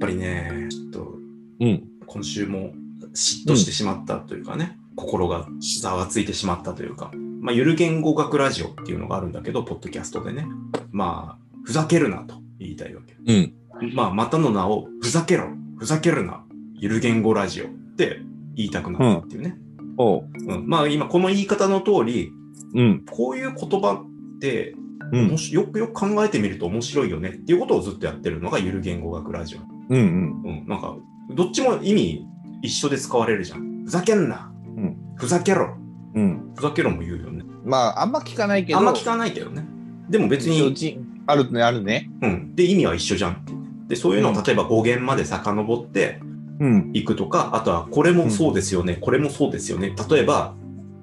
ぱりね、ちょっとうん。今週も嫉妬してしまったというかね、心がざわついてしまったというか、まあ、ゆる言語学ラジオっていうのがあるんだけど、ポッドキャストでね、まあ、ふざけるなと言いたいわけ。うん。まあ、またの名を、ふざけろ、ふざけるな、ゆる言語ラジオって言いたくなったっていうね。おう。うんまあ、今、この言い方の通り、うん。こういう言葉って、うもん。しよくよく考えてみると面白いよねっていうことをずっとやってるのがゆる言語学ラジオ。うん。うん。うん、なんか、どっちも意味一緒で使われるじゃん。ふざけんな、うんふざけろ、うん。ふざけろも言うよね。まあ、あんま聞かないけど。あんま聞かないけどね。でも別一応に、じあるね、あるね。うん、で、意味は一緒じゃんっていうね。で、そういうのうをん例えば語源まで遡ってうん。いくとか、あとはこれもそうですよね、これもそうですよね。例えば、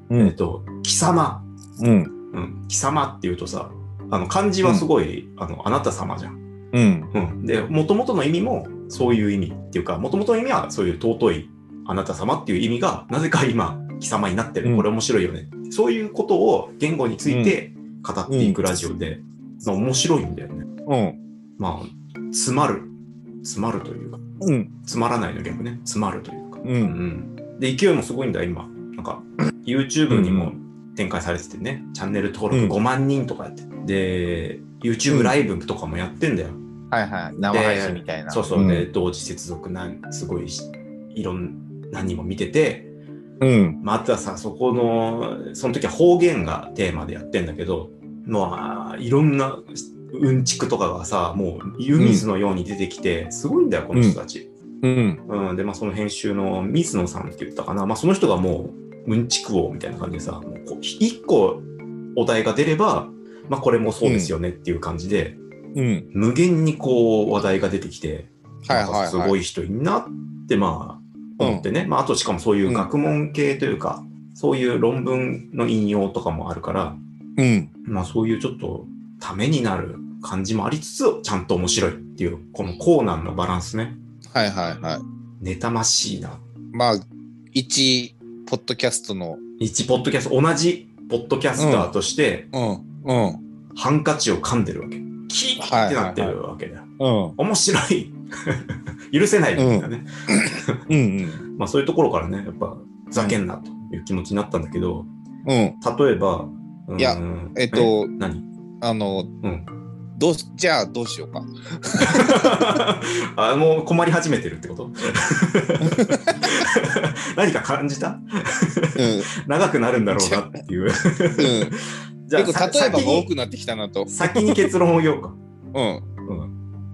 うえっん。と、貴様、うん。うん、貴様っていうとさ、あの漢字はすごい、あのあなた様じゃん。うん。うん、で元々の意味もそういう意味っていうか元々の意味はそういう尊いあなた様っていう意味がなぜか今貴様になってる、うんこれ面白いよねそういうことを言語について語っていくラジオで、まあ面白いんだよねうん。まあ詰まる詰まるというかうん。つまらないの逆ね詰まるというか、う。うんん、で勢いもすごいんだ今なんか YouTube にうも展開されててね、チャンネル登うん録5万人とかやって、で YouTube ライブとかもやってんだよ、はいはい。生配信みたいな。そうそう、んで。同時接続なんすごいしいろん何人も見ててうん。またさそこのその時は方言がテーマでやってんだけどまあいろんなうんちくとかがさもう湯水のように出てきて、すごいんだよこの人たち、うん。うんでまあその編集の水野さんって言ったかな、まあ、その人がもううんちく王みたいな感じでさもうこう一個お題が出ればまあこれもそうですよねっていう感じで、うん。無限にこう話題が出てきてはいなんはいはかい。すごい人いんなってまあうん思ってね、まあ、あとしかもそういう学問系というか、そういう論文の引用とかもあるから、うん。まあ、そういうちょっとためになる感じもありつつちゃんと面白いっていうこのコーナーのバランスねはいはいはい。妬ましいなまあ、一、ポッドキャストの。一ポッドキャスト同じポッドキャスターとしてうん。うん。ハンカチを噛んでるわけキーってなってるわけだよ、うん。面白い 許せないみたいなね、うん。まあ、そういうところからねやっぱふざけんなという気持ちになったんだけど、うん。例えば、うーんいや、えっ、と、何あの、うんどうしじゃあどうしようか。 あもう困り始めてるってこと 何か感じたう長くなるんだろうなって いう。ん。うん、じゃ結あ、さ構例えば先が多にくなってきたなと。先に結論を言おうか。うん。うん、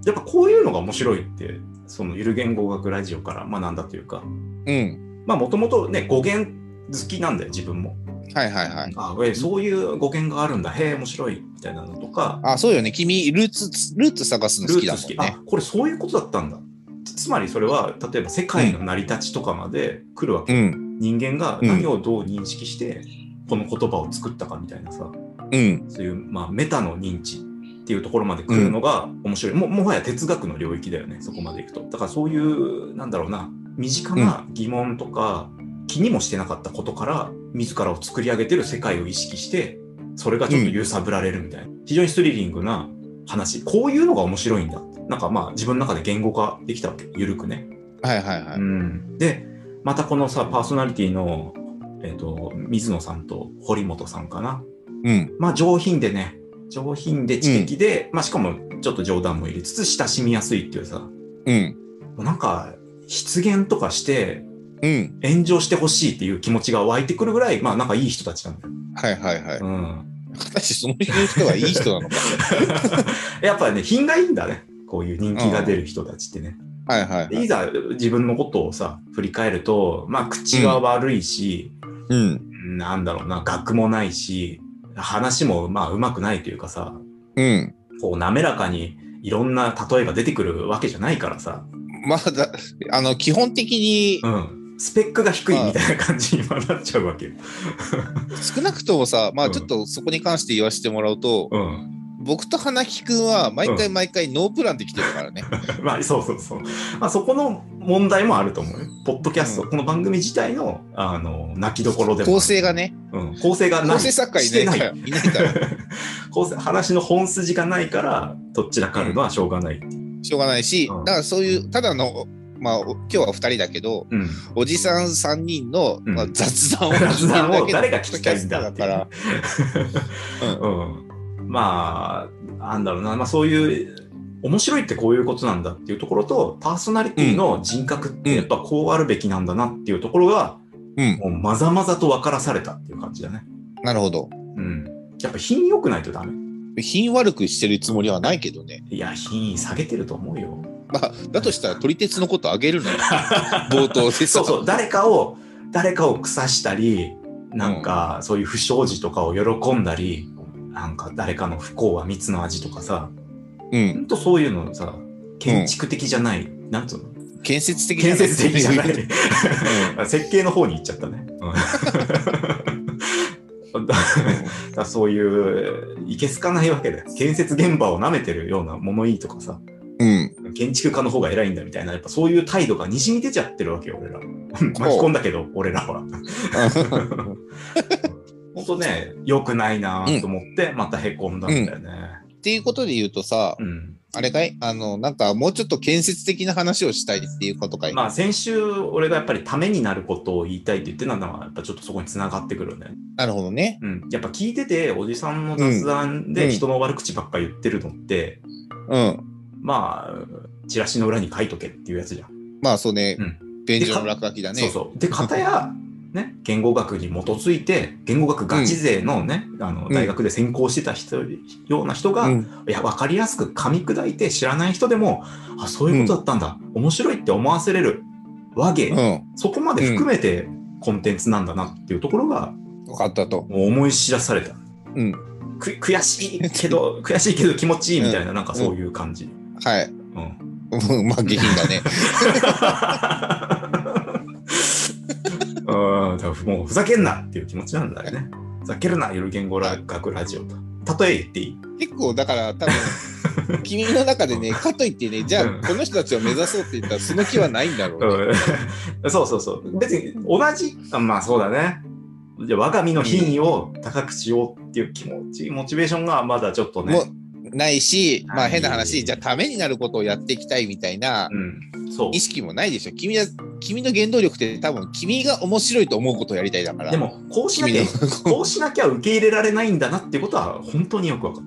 やっぱこういうのが面白いって、そのゆる言語学ラジオから学んだというか、うん。まあもともとね、語源好きなんだよ、自分も。はいはいはい。あえそういう語源があるんだ、へえ、面白いみたいなのとか、あ、そうよね。君、ルーツ、ルーツ探すのル好きーだツ好き、もんね。あこれそういうことだったんだつつまりそれは例えば世界の成り立ちとかまで来るわけ、うん。人間がうん何をどう認識してこの言葉を作ったかみたいなさうん。そういう、まあ、メタの認知っていうところまで来るのが面白い、ももはや哲学の領域だよねそこまでいくとだからそういうなんだろうな身近な疑問とか、気にもしてなかったことから自らを作り上げてる世界を意識してそれがちょっと揺さぶられるみたいな、非常にスリリングな話こういうのが面白いんだなんかまあ自分の中で言語化できたわけゆるくね、はいはいはうい。ん、でまたこのさパーソナリティのえっと水野さんと堀本さんかなうん。まあ上品でね、上品で知的で、まあしかもちょっと冗談も入れつつ親しみやすいっていうさ、もうん。うなんか失言とかしてうん。炎上してほしいっていう気持ちが湧いてくるぐらい、まあなんかいい人たちなんだよ。はいはいはい。 うん。果たしてその人はいい人な のか。やっぱね、品がいいんだね。こういう人気が出る人たちってね。はいはいではい。いざ自分のことをさ、振り返ると、まあ口は悪いし、うん。なんだろうな、学もないし、話もまあうまくないというかさ、うん。こう滑らかにいろんな例えが出てくるわけじゃないからさ、まあだ、あの、基本的にうん、スペックが低いみたいな感じに今なっちゃうわけよ。少なくともさ、まうあんちょっとそこに関して言わせてもらうと、うん、 僕と花木くんは毎回毎回ノープランで来てるからね。まあそうそうそう、まあ、そこの問題もあると思うよ。ポッドキャスト、うこの番組自体のあの泣きどころでもある構成が、ね、うん、構成がない構成作家いないから、していないから。構成話の本筋がないからどっちらかるのはしょうがないっていう、しょうがないし、うんだからそういう、ただの、まあ、お今日は2人だけど、うん。おじさん3人の、うんまあ、雑談を 雑談を聞いてるだけの誰が聞きたいんだっていポッドキャストだからう、。うん、まあなんだろうな、まあ、そういう面白いってこういうことなんだっていうところとパーソナリティの人格ってやっぱこうあるべきなんだなっていうところが、うん、もうまざまざと分からされたっていう感じだね。なるほど。うん、やっぱ品良くないとダメ。品悪くしてるつもりはないけどね。いや品位下げてると思うよ。まあ、だとしたら撮り鉄のことあげ るのよ。冒頭でさ。そうそう誰かを誰かを腐したりなんかそういう不祥事とかを喜んだりなんか誰かの不幸は蜜の味とかさうんほ。んとそういうのさ建築的じゃない、なんつうの建設的建設的じゃなうんい 設計の方に行っちゃったね。うん だだそういういけすかないわけだよ建設現場を舐めてるような物言いとかさうん。建築家の方が偉いんだみたいなやっぱそういう態度がにじみ出ちゃってるわけよ 俺ら巻き込んだけど俺らは 本当ね良くないなと思ってまたへこんだんだよねっていうことで言うとさ、うん、あれかいあの、なんかもうちょっと建設的な話をしたいっていうことかい、まあ先週俺がやっぱりためになることを言いたいって言ってたのはやっぱちょっとそこに繋がってくるんだよねなるほどね。うん、やっぱ聞いてておじさんの雑談うんで人の悪口ばっか言ってるのって、うん。まあチラシの裏に書いとけっていうやつじゃん。まあそうね、う便所の落書きだね。そうそうで片や、ね、言語学に基づいて言語学ガチ勢のね、あのうん大学で専攻してた人ような人が、ういんや分かりやすく噛み砕いて知らない人でもあそういうことだったんだ、面白いって思わせれる和芸、うそこまで含めてコンテンツなんだなっていうところがん。よかったと。もう思い知らされた。うん。く悔しいけど悔しいけど気持ちいいみたいな、なんかそういう感じ、はい。 うん、うんまあ下品だ ね。うん多分もうふざけんなっていう気持ちなんだよねふざけるなゆる言語学ラジオと例え言っていい結構だから多 分、君の中でね、かといってね、じゃあうんこの人たちを目指そうって言ったらその気はないんだろうね。うん そうそうそう別に同じあまあそうだねじゃあ我が身の品位を高くしようっていう気持ちモチベーションがまだちょっとねもうないし、まはあい変な話、じゃあためになることをやっていきたいみたいなうんそう意識もないでしょ。君は、君の原動力って多分君が面白いと思うことをやりたいだから。でもこうしな君きゃの、こうしなきゃ受け入れられないんだなっていうことは本当によく分かっ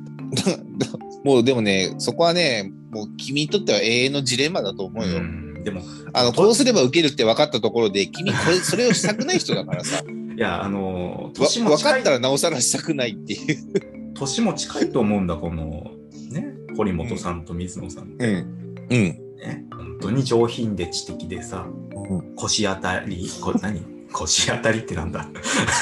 た。もうでもね、そこはね、もう君にとっては永遠のジレンマだと思うよ。うんでもあの、こうすれば受けるって分かったところで、君これ、それをしたくない人だからさ、わいやあのー 年も分か近っいたらなおさらしたくないっていう。年も近いと思うんだこのね堀本さんと水野さんうん。うん。ね、本当に上品で知的でさ腰当たりこ何腰当たりってなんだ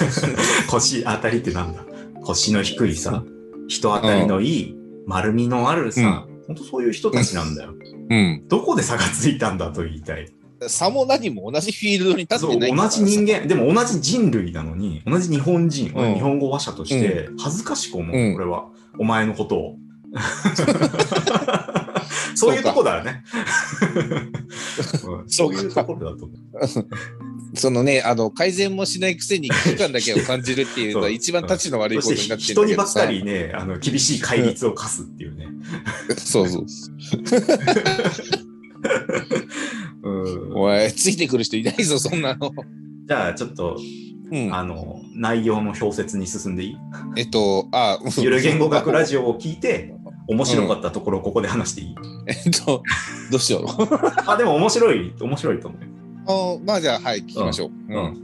腰当たりってなんだ腰の低いさ人当たりのいい丸みのあるさ、本当そういう人たちなんだよ。うん。どこで差がついたんだと言いたい。さも何も同じフィールドに立っそてうないんだ同からじさ人間でも同じ人類なのに同じ日本人、うん日本語話者として恥ずかしく思う、うん俺はお前のこと をそういうとこだよねんそうかいうところだと思うそのね、あの、改善もしないくせに危機感だけを感じるっていうのそはう一番立ちの悪いそことしになてって人るにんだけばどっさ。かりねあの厳しい戒律を課すっていうね、そうそう。うんおい、ついてくる人いないぞ、そんなの。じゃあちょっと、うん。あの内容の表説に進んでいいえっと、あ、うんゆる言語学ラジオを聞いて面白かったところをここで話していい、 えっと、どうしよう。あでも面白い面白いと思うよあまあじゃあ、はい、聞きましょう。うん。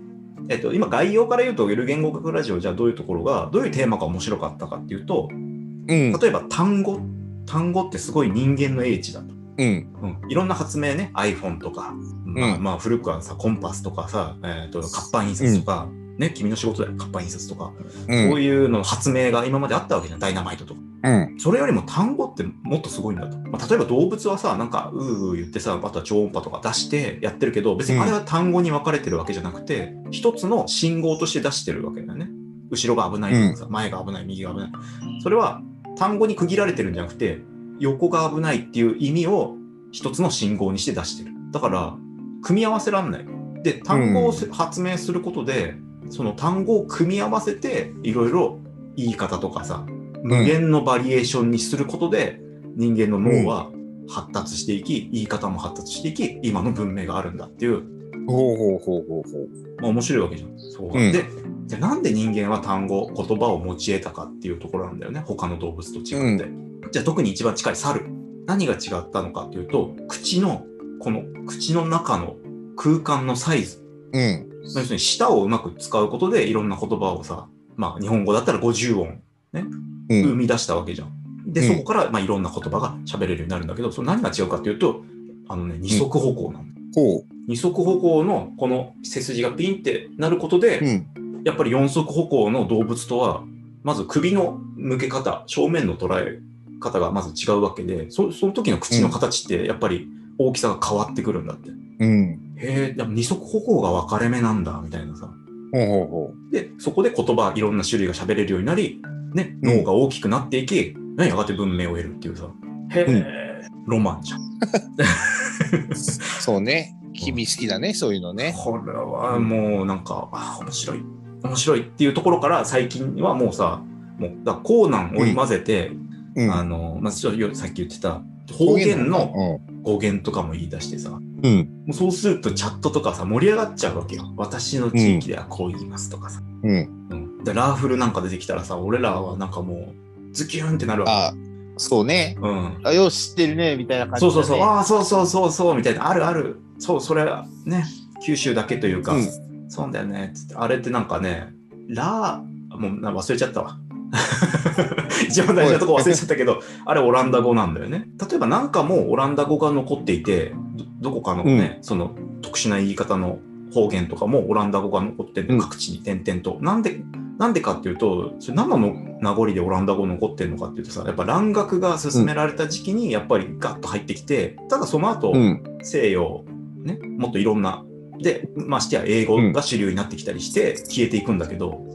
えっと、今概要から言うとゆる言語学ラジオじゃあどういうところがどういうテーマが面白かったかっていうとうん。例えば単語単語ってすごい人間の英知だと、ううん。ん、いろんな発明ね iPhone とか、まあうんまあ、古くはさコンパスとかさ、えっと活版印刷とか、ね、君の仕事だよ活版印刷とか、うんこういうの発明が今まであったわけじゃんダイナマイトとかうん。それよりも単語ってもっとすごいんだと、まあ、例えば動物はさなんかうーうー言ってさあとは超音波とか出してやってるけど別にあれは単語に分かれてるわけじゃなくて一つの信号として出してるわけだよね後ろが危ないとかさ前が危ない右が危ないそれは単語に区切られてるんじゃなくて横が危ないっていう意味を一つの信号にして出してるだから組み合わせらんないで単語をせ発明することで、その単語を組み合わせていろいろ言い方とかさ無限のバリエーションにすることで人間の脳は発達していき言い方も発達していき今の文明があるんだっていう、ほうほうほうほうほう。まあ、面白いわけじゃん。そううんでじゃあなんで人間は単語言葉を持ち得たかっていうところなんだよね他の動物と違って。じゃあ特に一番近い猿何が違ったのかというと口のこの口の中の空間のサイズうん。まあ要するに舌をうまく使うことでいろんな言葉をさ、まあ、日本語だったら50音うん。生み出したわけじゃん。でうんそこからまあいろんな言葉が喋れるようになるんだけどそれ何が違うかっていうとあの、ね、二足歩行なの。ほ二足歩行のこの背筋がピンってなることう。うで、ん。やっぱり四足歩行の動物とはまず首の向け方正面の捉え方がまず違うわけでそその時の口の形ってやっぱり大きさが変わってくるんだって。うん。へえでも二足歩行が分かれ目なんだみたいなさ。ほうほうほでそこで言葉いろんな種類が喋れるようになり、ね、うん脳が大きくなっていき、ねやがて文明を得るっていうさへえ、ロマンじゃんう。そうね。君好きだね、そういうのね。これはもうなんかあ面白い面白いっていうところから最近はもうさもうだからコーナンを織り交ぜて、うん。あのまあ、ちょっとさっき言ってた方言のの。語源とかも言い出してさもうん。うそうするとチャットとかさ盛り上がっちゃうわけよ私の地域ではこう言いますとかさ、うん。うん、でラーフルなんか出てきたらさ俺らはなんかもうズキュンってなるわあ、そうね。け、うん、あ、よし、知ってるね、みたいな感じ。そうそうそう。ああそうそうそうそうみたいなあるあるそうそれね九州だけというか、うんそうだよねつってあれってなんかねラーもうな忘れちゃったわ 一番大事なとこ忘れちゃったけどあれオランダ語なんだよね例えばなんかもうオランダ語が残っていてどどこかのね、その特殊な言い方の方言とかもオランダ語が残ってるうんの各地に点々と、なんでなんでかっていうとそれ生の名残でオランダ語残ってるのかっていうとさやっぱ蘭学が進められた時期にやっぱりガッと入ってきてただその後、うん。西洋、ね、もっといろんなでましてや英語が主流になってきたりして消えていくんだけど、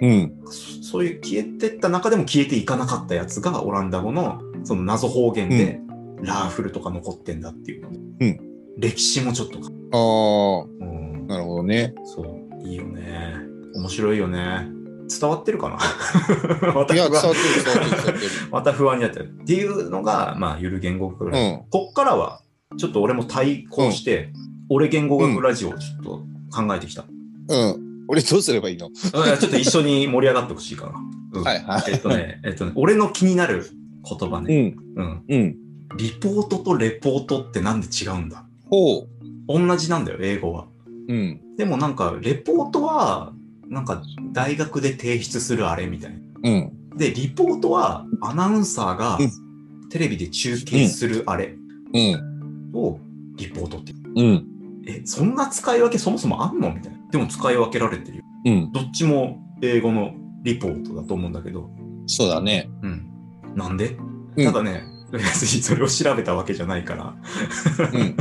うん。そそういう消えてった中でも消えていかなかったやつがオランダ語のその謎方言で、ラーフルとか残ってんだっていう、うん歴史もちょっとか、ああ、うん、なるほどね。そういいよね面白いよね伝わってるかな またいや、不安伝わってる、伝わってる、伝わってる。また不安になっちゃうっていうのが、まあ、ゆる言語学ラ ジオ、うんこっからはちょっと俺も対抗して、俺言語学ラジオをちょっと考えてきた、うん。俺どうすればいいのうんちょっと一緒に盛り上がってほしいかな、うんはいはえっと ね、えっとね、俺の気になる言葉い。ね、ううん。ん。うん。リポートとレポートってなんで違うんだほう。同じなんだよ、英語は。うん。でもなんか、レポートは、なんか、大学で提出するあれみたいな。うん。で、リポートは、アナウンサーがうテレビで中継するあれうん。をリポートって。うん。え、そんな使い分けそもそもあんのみたいな。でも使い分けられてるよ。うん。どっちも英語のリポートだと思うんだけど。そうだね。うん。なんで、うんただね、別にそれを調べたわけじゃないから、 うん。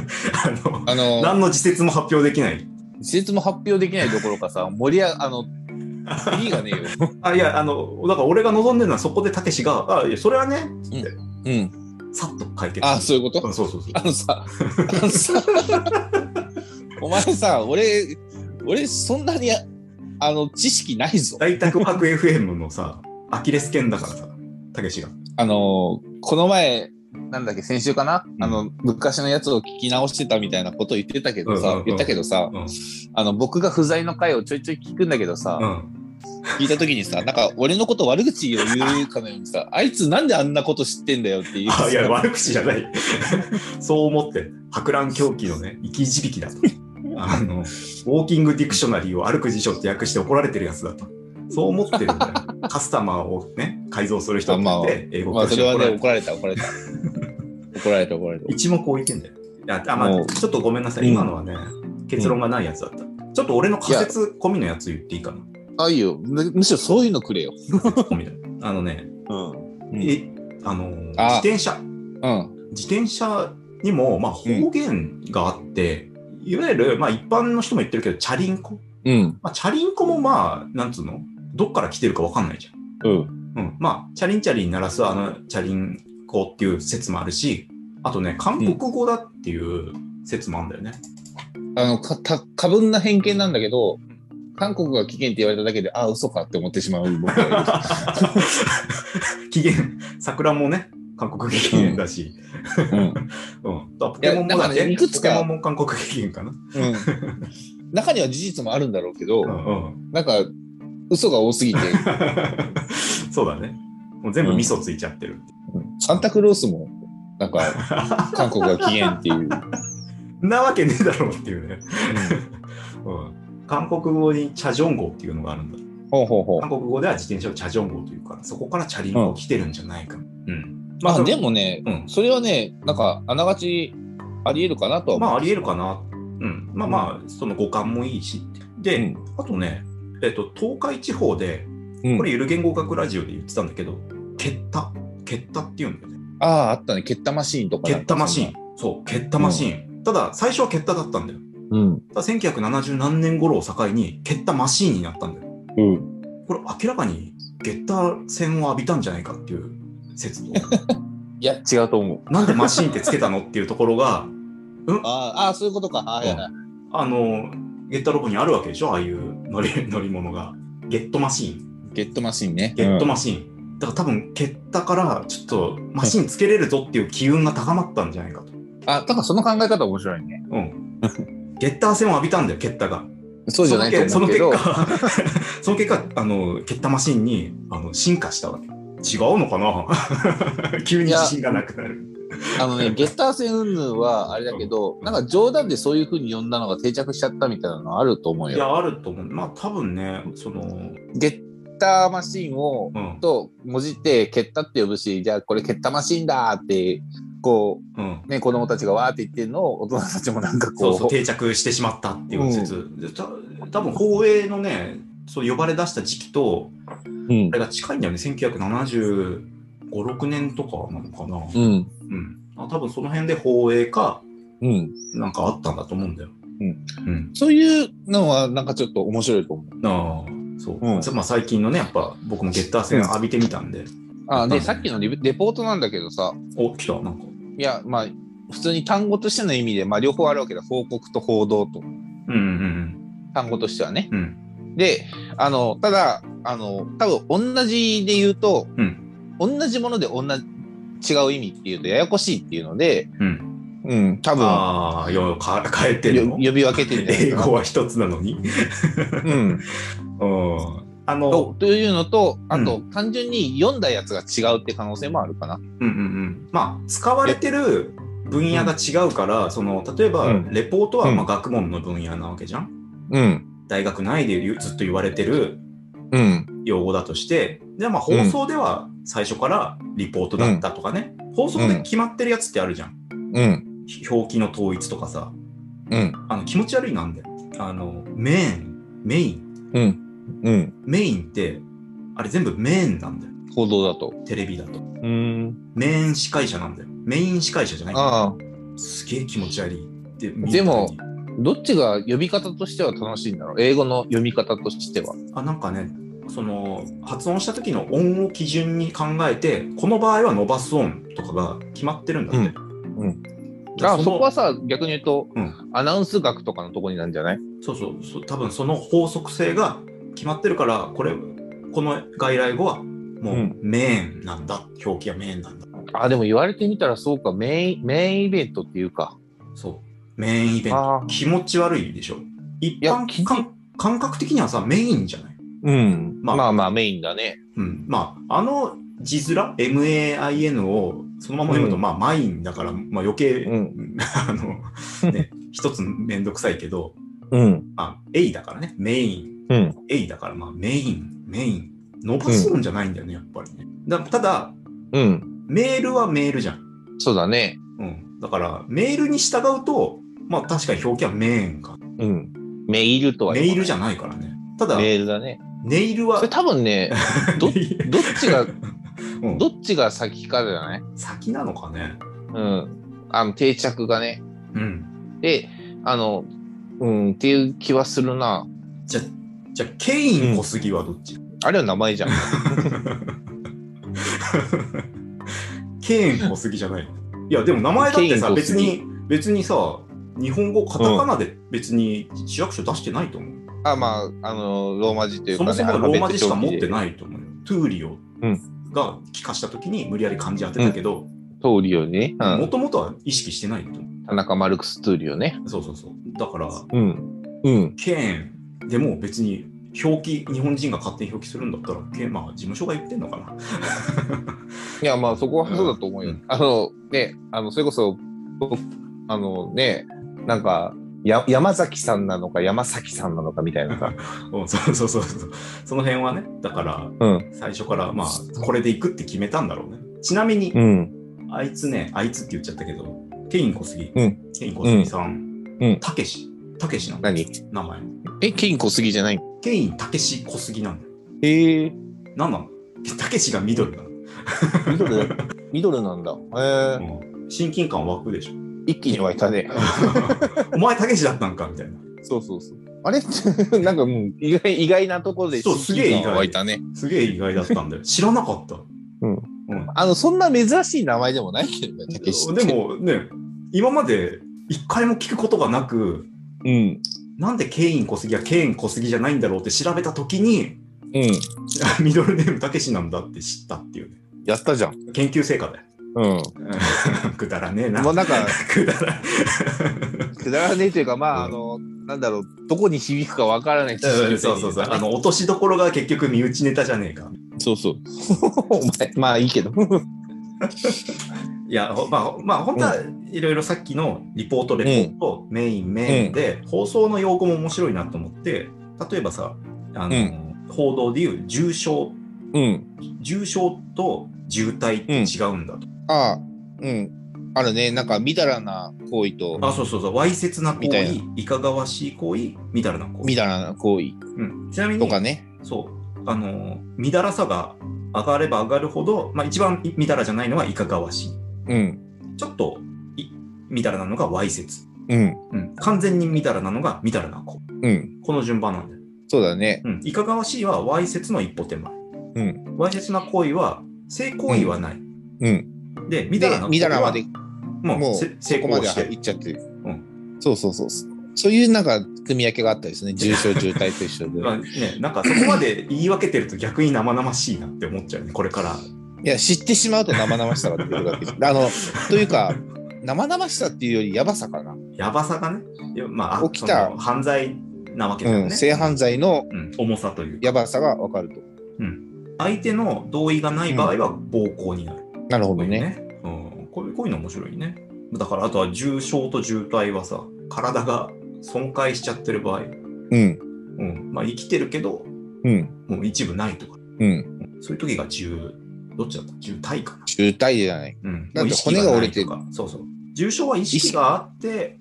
あの、あの、何の自説も発表できない。施設も発表できないどころかさ、盛り上が、あの、 意味がねえよ。あ、いや、あの、だから俺が望んでるのはそこでたけしが、あ、いや、それはね、うん。さっと解決。あ、そういうこうとんそうそうそうあのさ、あのさ、お前さ、俺、俺、そんなに、ああの、知識ないぞ。大宅パーク FM のさ、アキレス腱だからさ、たけしが。あの、この前、なんだっけ、先週かな、うんあの、昔のやつを聞き直してたみたいなことを言ってたけどさ、うんうんうん言ったけどさ、うんあの、僕が不在の回をちょいちょい聞くんだけどさ、うん。聞いた時にさ、なんか俺のこと悪口を言うかのようにさ、あいつなんであんなこと知ってんだよっていう。あ、いや、悪口じゃない。 そう思って、博覧狂気のね、生き字引きだ と。あの、ウォーキングディクショナリーを歩く辞書って訳して怒られてるやつだと。そう思ってるんだよ。 カスタマーをね、改造する人って言って、英語まあ、教そ師れには怒らね、れて怒られた、怒られた。怒られた、怒られた。 一目置いてんだよ。いやあまもあ、うちょっとごめんなさうい、ん今のはね、結論がないやつだった。ちょっと俺の仮説込みのやつ言っていいか な。あ、いいよ。むむしろそういうのくれよ。仮説込みだ。あのね、うんうん。えあのーあ自転車。うん。自転車にも、まあ、方言があって、いわゆる、まあ、一般の人も言ってるけど、チャリンコ。うん。まあ、チャリンコもまあ、なんつうのどっから来てるかわかんないじうん。ゃん。うん。まあ、チャリンチャリン鳴らすあの、チャリンコっていう説もあるし、あとね、韓国語だっていう説もあるんだよね。あの、か、た、過分な偏見なんだけど、韓国が危険って言われただけで、あ、嘘かって思ってしまう僕がいる。期限、桜もね、韓国劇伝だし、うんうんあポケモンもだっいやなんかて、ねいくつポかケモンも韓国劇伝かな。うん、中には事実もあるんだろうけど、うんうん、 なんか嘘が多すぎてそうだね。もう全部味噌ついちゃってる。サンタクロースもなんか 韓国が起源っていう、なわけねえだろうっていうね。うん、韓国語にチャジョン号っていうのがあるんだ。ほうほうほう韓国語では自転車をチャジョン号というから、そこからチャリンコ来てるんじゃないか。うん。まあそれでもねうん。それはねなんかあながちありえるかなとは思まう、あ、ありえるかな。うん。まあまあ、その五感もいいし。で、うんあとね、えっ、と、東海地方で、うんこれゆる言語学ラジオで言ってたんだけど、蹴った。蹴ったっていうんだよね。あああったね蹴ったマシーンとか蹴なんかったマシーン。そう、蹴ったマシーン。ただ、最初は蹴っただったんだよ。うんただ、1970何年頃を境に、蹴ったマシーンになったんだよ。うんこれ明らかにゲッター線を浴びたんじゃないかっていう説といや違うと思うなんでマシーンってつけたのっていうところが ああああそういうことかああ、いやいやあのゲッターロボにあるわけでしょああいう乗り乗り物がゲットマシーンゲットマシーンねゲットマシーン、だから多分ゲッターからちょっとマシーンつけれるぞっていう機運が高まったんじゃないかと、うんあだからその考え方面白いねうん、 ゲッター線を浴びたんだよゲッターがそうじゃないとそ思のう結けど果 その結果あのゲッターマシーンにあの進化したわけ違うのかな 急に自信がなくなるあのね、ゲッター戦云々はあれだけど、なんか冗談でそういうふうに呼んだのが定着しちゃったみたいなのあると思ういよ。や、あると思う。まあ、多分ね、その、うゲッターマシンをん、と文字って蹴ったって呼ぶし、じゃあこれ蹴ったマシンだーって、こうん。う、ね、子供たちがわーって言ってるのを大人たちもなんかそこうう、そう、定着してしまったっていう説。でた多分放映のね、そう呼ばれ出した時期と、うんあれが近いんだよね、1975、6年とかなのかな。ううん、ん。あ多分その辺で放映か、うん。なんかあったんだと思うんだよ。うん。うん。そういうのはなんかちょっと面白いと思う。ああ、そう。うんまあ、最近のね、やっぱ僕もゲッター戦浴びてみたんで、あ、で、さっきのリベレポートなんだけどさ、お、来た、なんか。いや、まあ、普通に単語としての意味で、まあ両方あるわけだ。報告と報道と、うんうん単語としてはね。うん。うん。で、あの、ただ、あの、多分同じで言うと、う同じもので同じ、違う意味っていうとややこしいっていうので、うん。うん、多分、ああ、よ、か変えてるよの呼び分けてるんじゃない英かな語は一つなのに。うん、うんあのと、というのと、あと、う単純に読んだやつが違うって可能性もあるかな。うんうんうん、まあ使われてる分野が違うから、その例えばうんレポートはうんまあ学問の分野なわけじゃん。うん、大学内で言うずっと言われてるうん、用語だとしてで、まあ、放送では最初からリポートだったとかね、放送で決まってるやつってあるじゃん。うん、表記の統一とかさうん、あの気持ち悪いなんだよ。あのメインメインうん、うん、メインってあれ全部メインなんだよ報道だと。テレビだと。うん。メイン司会者なんだよ。メイン司会者じゃないああ、すげえ気持ち悪いってでもどっちが呼び方としては楽しいんだろう英語の読み方としては。あなんかねその発音した時の音を基準に考えてこの場合は伸ばす音とかが決まってるんだって、うんだからあそそここははさ、逆に言うと、うんアナウンス学とかのとこになるんじゃないそうそうそう多分その法則性が決まってるからこれこの外来語はもううんメーンなんだ、表記はメーンなんだあでも言われてみたらそうかメインメインイベントっていうかそうメインイベントあ気持ち悪いでしょ一や般気に感感覚的にはさメインじゃないうんままああ、まあまあメインだねうん、まああの字面 MAIN をそのまま読むと、うんまあマインだから、まあ、余計、うあの、ね、一つめんどくさいけど、うんまあ、エイだからねメインうんエイだからまあメインメイン伸ばすんじゃないんだよね、やっぱりねだただうんメールはメールじゃん、そうだねうん、だからメールに従うとまあ確かに表記はメーンかうんメイルとはメー言わルないじゃないからねただメールだねネイルそはれ多 分ねどどっちがうんどっちが先かじゃない先なのかねうんあの定着がねうんであのうんっていう気はするなじゃじゃあケイン小杉はどっち、あれは名前じゃんケーン小杉じゃない。いや、でも名前だってさ、ケイン小別杉に、別にさ、日本語、カタカナで別に市役所出してないと思う。あまああのローマ字というそかねもそもローマ字しか持っていないと思うよ。トゥーリオ、うんが帰化した時に無理やり漢字当てたけど、通るよね。うもん。ともとは意識してないと。田中マルクス通るよね。そうそうそう。だから、うん。うん。ケーンでも別に表記、日本人が勝手に表記するんだったら、ケーン、まあ事務所が言ってんのかな。いや、まあそこはそうだと思うよ。うんあの、ね、あの、それこそ、僕あのね、なんか、や山崎さんなのか山崎さんなのかみたいなさ。うんそうそうそうそう。その辺はね、だから、うん。最初から、まあ、これで行くって決めたんだろうね。ちなみに、うん。あいつね、あいつって言っちゃったけど、ケイン小杉、うんケイン小杉さんうん、たけし、たけしなんだ、何名前。え、ケイン小杉じゃないケインたけし小杉なんだよ。ええなんなのたけしが緑なの、ミド ル、ミドルなんだ。ええうん親近感湧く でしょ。一気に湧いたね。お前たけしだったんかみたいな。そうそうそう。あれ なんかもう意外意外なところでそうすげえ意外親近感が湧いたね。すげえ意外だったんだよ。知らなかった。うんうんあの、そんな珍しい名前でもないけどね、竹下で、もね、今まで一回も聞くことがなく、うん。なんでケイン小杉はケイン小杉じゃないんだろうって調べたときに、うん。あミドルネームたけしなんだって知ったっていうね、やったじゃん。研究成果だよ。 うん。くだらねえな。もうなんか、くだらくだらねえというか、まあ、あうんの、なんだろう、どこに響くかわからない知識そうそうそう。 あの、落としどころが結局身内ネタじゃねえか。そうそう。お前、まあいいけど。いや、ほまあ、まあ、本当はいろいろさっきのリポート、レポート、メイン、メインで、放送の用語も面白いなと思って、例えばさ、あの、報道でいう重症、うん。重症と渋滞って違うんだと。ああ、うん。あるね、なんか、みだらな行為と、あ、そうそうそう。わいせつな行みた為い、いかがわしい行為、みだらな行み為。だらな行為うん、ちなみに、とかね。そう、あの、みだらさが上がれば上がるほど、まあ、一番みだらじゃないのはいかがわしい。うん。ちょっといみだらなのがわいせつ。うん。うん、完全にみだらなのがみだらな子。うん。この順番なんだよ。そうだね。うん、いかがわしいはわいせつの一歩手前。うん。わいせつな行為は性行為はない。うん。で、みだらな行為で、はみだらまで、ももううせ性ここま行為しでて行る。っちゃってる。うそうそうそう。そういうなんか、組み分けがあったですね。重症、重体と一 緒で。まあね、なんかそこまで言い分けてると逆に生々しいなって思っちゃうね、これから。いや、知ってしまうと生々しさが出てくるわ けです。あの、というか、生々しさっていうよりやばさかな。やばさがね、いやまあ、あ起きたその犯罪なわけだようねん、。性犯罪のうん、重さというかやばさがわかると。相手の同意がない場合は暴行になる、なるこほうどいうね。ねうん、こういうこういうの面白いねだからあとは重傷と重体はさ体が損壊しちゃってる場合、うん、うんまあ、生きてるけどうん、もう一部ないとか、うん。うんそういう時が重どっちだった重体かな、重体じゃない。うん、だってもう意識ない骨が折れてるとかそうそう重傷は意識があって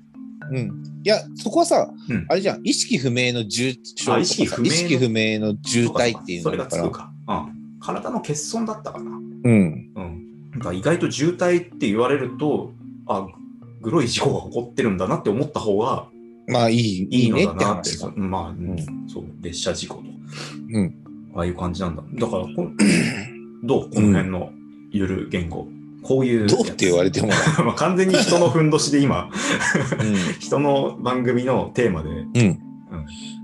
うん。いや、そこはさ、うんあれじゃん、意識不明の重症とあか意識さ不明の意識不明の重体っていうそのれだがかつくら。か、うん、体の欠損だったかなうん。うん、なんか意外と渋滞って言われるとあグロい事故が起こってるんだなって思った方がまあ、いい、いいいいのねだってなって話だ。うんまあ、うんうんそう列車事故とうん。ああいう感じなんだ だからこどうこの辺のゆる言語、こういうどうって言われても。れ まあ完全に人のふんどしで今う人の番組のテーマで語っん。うん。たけ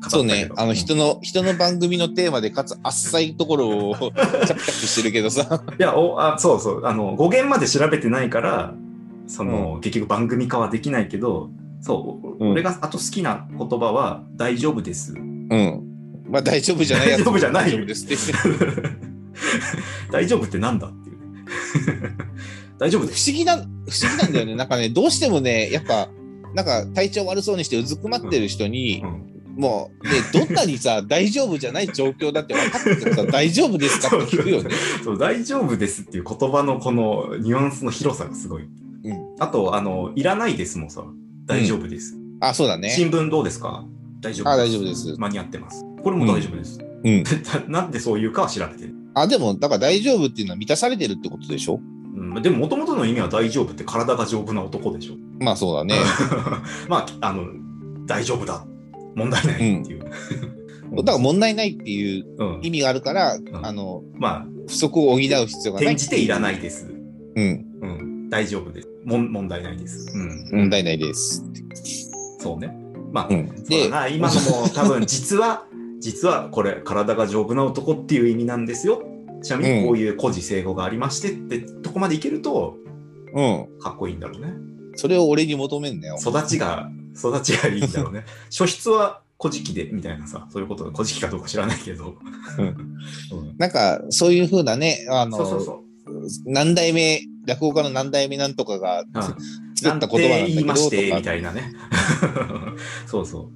どそうね。あの、ん人の、人の番組のテーマで、かつ、あっさいところを、チャプチャプしてるけどさ。いやおあそうそうあの語源まで調べてないからその、結局番組化はできないけどそう、うん俺があと好きな言葉は「大丈夫です」 うん。まあ、大丈夫じゃないや大つ丈夫じゃない大丈夫ですって。 「大丈夫ってなんだ?」っていうね 大丈夫で不す思議な、不思議なんだよね。なんかね、どうしてもね、やっぱ、なんか体調悪そうにしてうずくまってる人にう、んもう、で、どんなにさ、 大丈夫じゃない状況だって分かっててもさ、大丈夫ですかって聞くよね。 そう大丈夫ですっていう言葉のこのニュアンスの広さがすごい。うん。あと、あの、いらないですもさ、大丈夫です。あ、そうだね。新聞どうですか大丈夫あ、大丈夫です。間に合ってます。これも大丈夫です。うん。なんでそういうかは調べてる。あ、でも、だから大丈夫っていうのは満たされてるってことでしょうん、でも、もともとの意味は大丈夫って体が丈夫な男でしょ。まあ、そうだね。 まあ、あの、大丈夫だ。問題ないっていう。だから問題ないっていううん、意味があるから、んあの、ま不足を補う必要あ、がない転。じていらないです。うん。うん、大丈夫です。もん問題ないです。うん、問題ないです。そうね。まあ、うん。そうで、だな今 のも多分実は実はこれ体が丈夫な男っていう意味なんですよちなみにこういう古事成語がありましてってとこまでいけるとうん。かっこいいんだろうね。それを俺に求めんなよ。育ちが、育ちがいいんだろう ね。初筆は古事記でみたいなさ、そういうこと、古事記かどうか知らないけど。うんうんなんか、そういうふうなね、あの、そうそうそう。何代目、落語家の何代目なんとかうがん作った言葉なんだけど、 なんて言いましてとかみたいなね。そうそう。